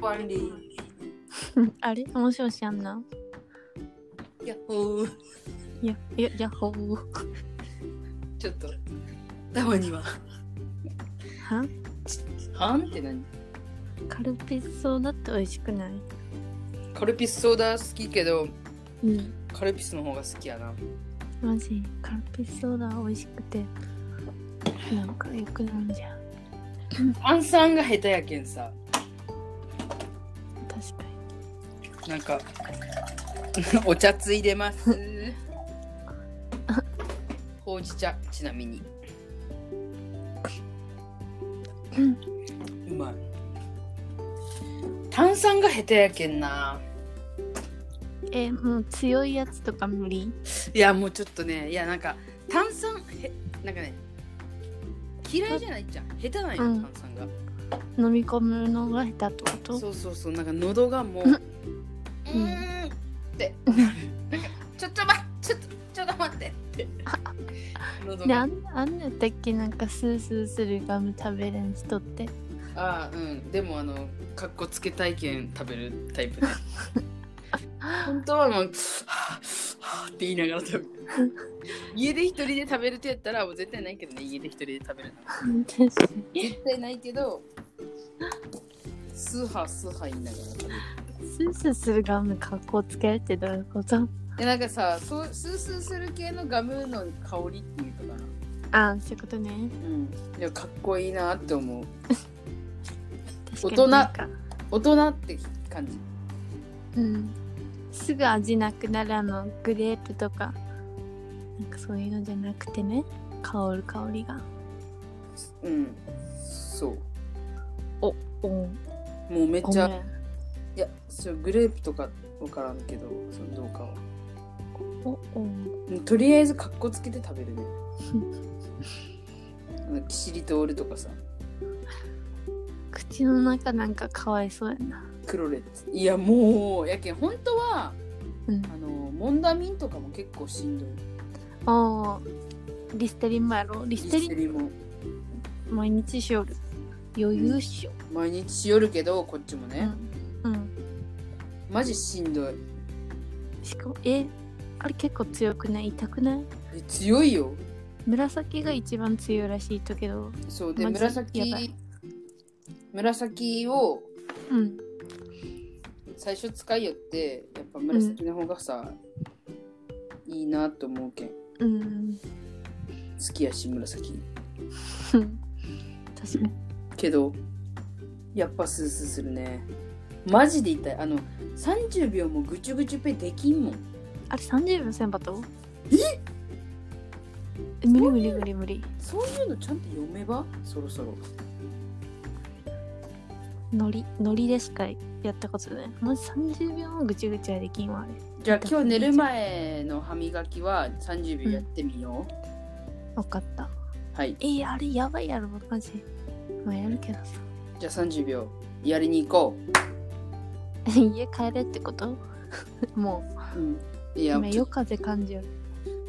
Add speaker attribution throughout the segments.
Speaker 1: 管理。
Speaker 2: あれもしもし、あんな。
Speaker 1: やっほー。
Speaker 2: いや、いや、やっほー。
Speaker 1: ちょっと、たまには。
Speaker 2: は
Speaker 1: はんって何
Speaker 2: カルピスソーダって美味しくない
Speaker 1: カルピスソーダ好きけど、
Speaker 2: うん。
Speaker 1: カルピスの方が好きやな。
Speaker 2: マジ、カルピスソーダ美味しくて、なんかよくなんじゃん。
Speaker 1: 炭酸が下手やけんさ。
Speaker 2: 確かに。
Speaker 1: なんか、 お茶ついでます。ほうじ茶、ちなみに。
Speaker 2: うん
Speaker 1: うまい。炭酸が下手やけんな。
Speaker 2: え、もう強いやつとか無理
Speaker 1: いや、もうちょっとね、いや、なんか、炭酸、へなんかね、嫌いじゃないじゃん。下手なんよ、
Speaker 2: うん
Speaker 1: 炭酸が。
Speaker 2: 飲み込むのが下手ってこと
Speaker 1: そうそうそう、なんか喉がもう、う
Speaker 2: うん
Speaker 1: ーんって、なんか、ちょっと待って、ちょっと、ちょっと待ってって。喉
Speaker 2: で
Speaker 1: が
Speaker 2: あんあんなやったっけなんかスースーするガム食べれん人って
Speaker 1: ああうんでもあのかっこつけ体験食べるタイ プね本当はもう「はぁはぁって言いながら食べる家で一人で食べるってやったらもう絶対ないけどね家で一人で食べるの
Speaker 2: 確かに
Speaker 1: 絶対ないけどスーハースーハー言いながら食べる
Speaker 2: スースーするガム格好つけるってどういうこと
Speaker 1: でなんかさそうスースーする系のガムの香りっていうのかな
Speaker 2: ああそういうことね
Speaker 1: うんいやかっこいいなって思う
Speaker 2: 確かになんか
Speaker 1: 大人って感じ
Speaker 2: うんすぐ味なくなるあのグレープとかなんかそういうのじゃなくてね香る香りが
Speaker 1: うんそう
Speaker 2: おお
Speaker 1: もうめっ
Speaker 2: ご
Speaker 1: ち
Speaker 2: め
Speaker 1: ゃ
Speaker 2: ん
Speaker 1: いやそれグレープとかわからんけどそのどうかは
Speaker 2: おお
Speaker 1: うんとりあえずかっこつけて食べ るねあのキシリトールとかさ
Speaker 2: 口の中なんかかわいそうやな
Speaker 1: クロレッツいやもうやけん本当は
Speaker 2: うん
Speaker 1: あのモンダミンとかも結構しんどい
Speaker 2: おーリステリンもやろリステリン
Speaker 1: も
Speaker 2: 毎日しよる余裕っしょ、
Speaker 1: 毎日しよるけどこっちも
Speaker 2: う
Speaker 1: ね、
Speaker 2: んうん
Speaker 1: マジしんどい
Speaker 2: しかもえあれ結構強くない痛くない
Speaker 1: え強いよ
Speaker 2: 紫が一番強いらしいとけど
Speaker 1: そうで
Speaker 2: マジやば
Speaker 1: 紫
Speaker 2: い
Speaker 1: 紫を
Speaker 2: うん
Speaker 1: 最初使いよってやっぱ紫の方がさ、いいなと思うけん
Speaker 2: うん
Speaker 1: 好きやし紫
Speaker 2: ふん確かに
Speaker 1: けどやっぱスースーするねマジで痛いあの30秒もぐちゅぐちゅペできんもん
Speaker 2: あれ30分千バトえ無理無理無理無理
Speaker 1: そういうのちゃんと読めばそろそろ
Speaker 2: ノリノリでしかやったことないまず30秒もぐちゅぐちゅはできんわあれ
Speaker 1: じゃあ今日寝る前の歯磨きは30秒やってみよう、
Speaker 2: 分かった
Speaker 1: はい
Speaker 2: えー、あれやばいやろマジまあやるけどさ
Speaker 1: じゃあ30秒やりに行こ
Speaker 2: 家帰れってこと も
Speaker 1: う、うん、いうや
Speaker 2: 今
Speaker 1: ちょ
Speaker 2: 夜風感じる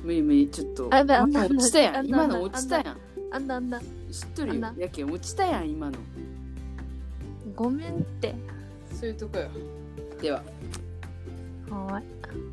Speaker 1: 無理無理ちょっと
Speaker 2: あやばいあ
Speaker 1: 今
Speaker 2: んな
Speaker 1: の落ちたや
Speaker 2: あ
Speaker 1: ん
Speaker 2: んな
Speaker 1: 今の落ちたやん
Speaker 2: あんなあんな
Speaker 1: 知っと
Speaker 2: あ
Speaker 1: る
Speaker 2: ん
Speaker 1: よ
Speaker 2: な
Speaker 1: やけん落ちたやん今の
Speaker 2: ごめんって
Speaker 1: そういうとこよでは
Speaker 2: はーい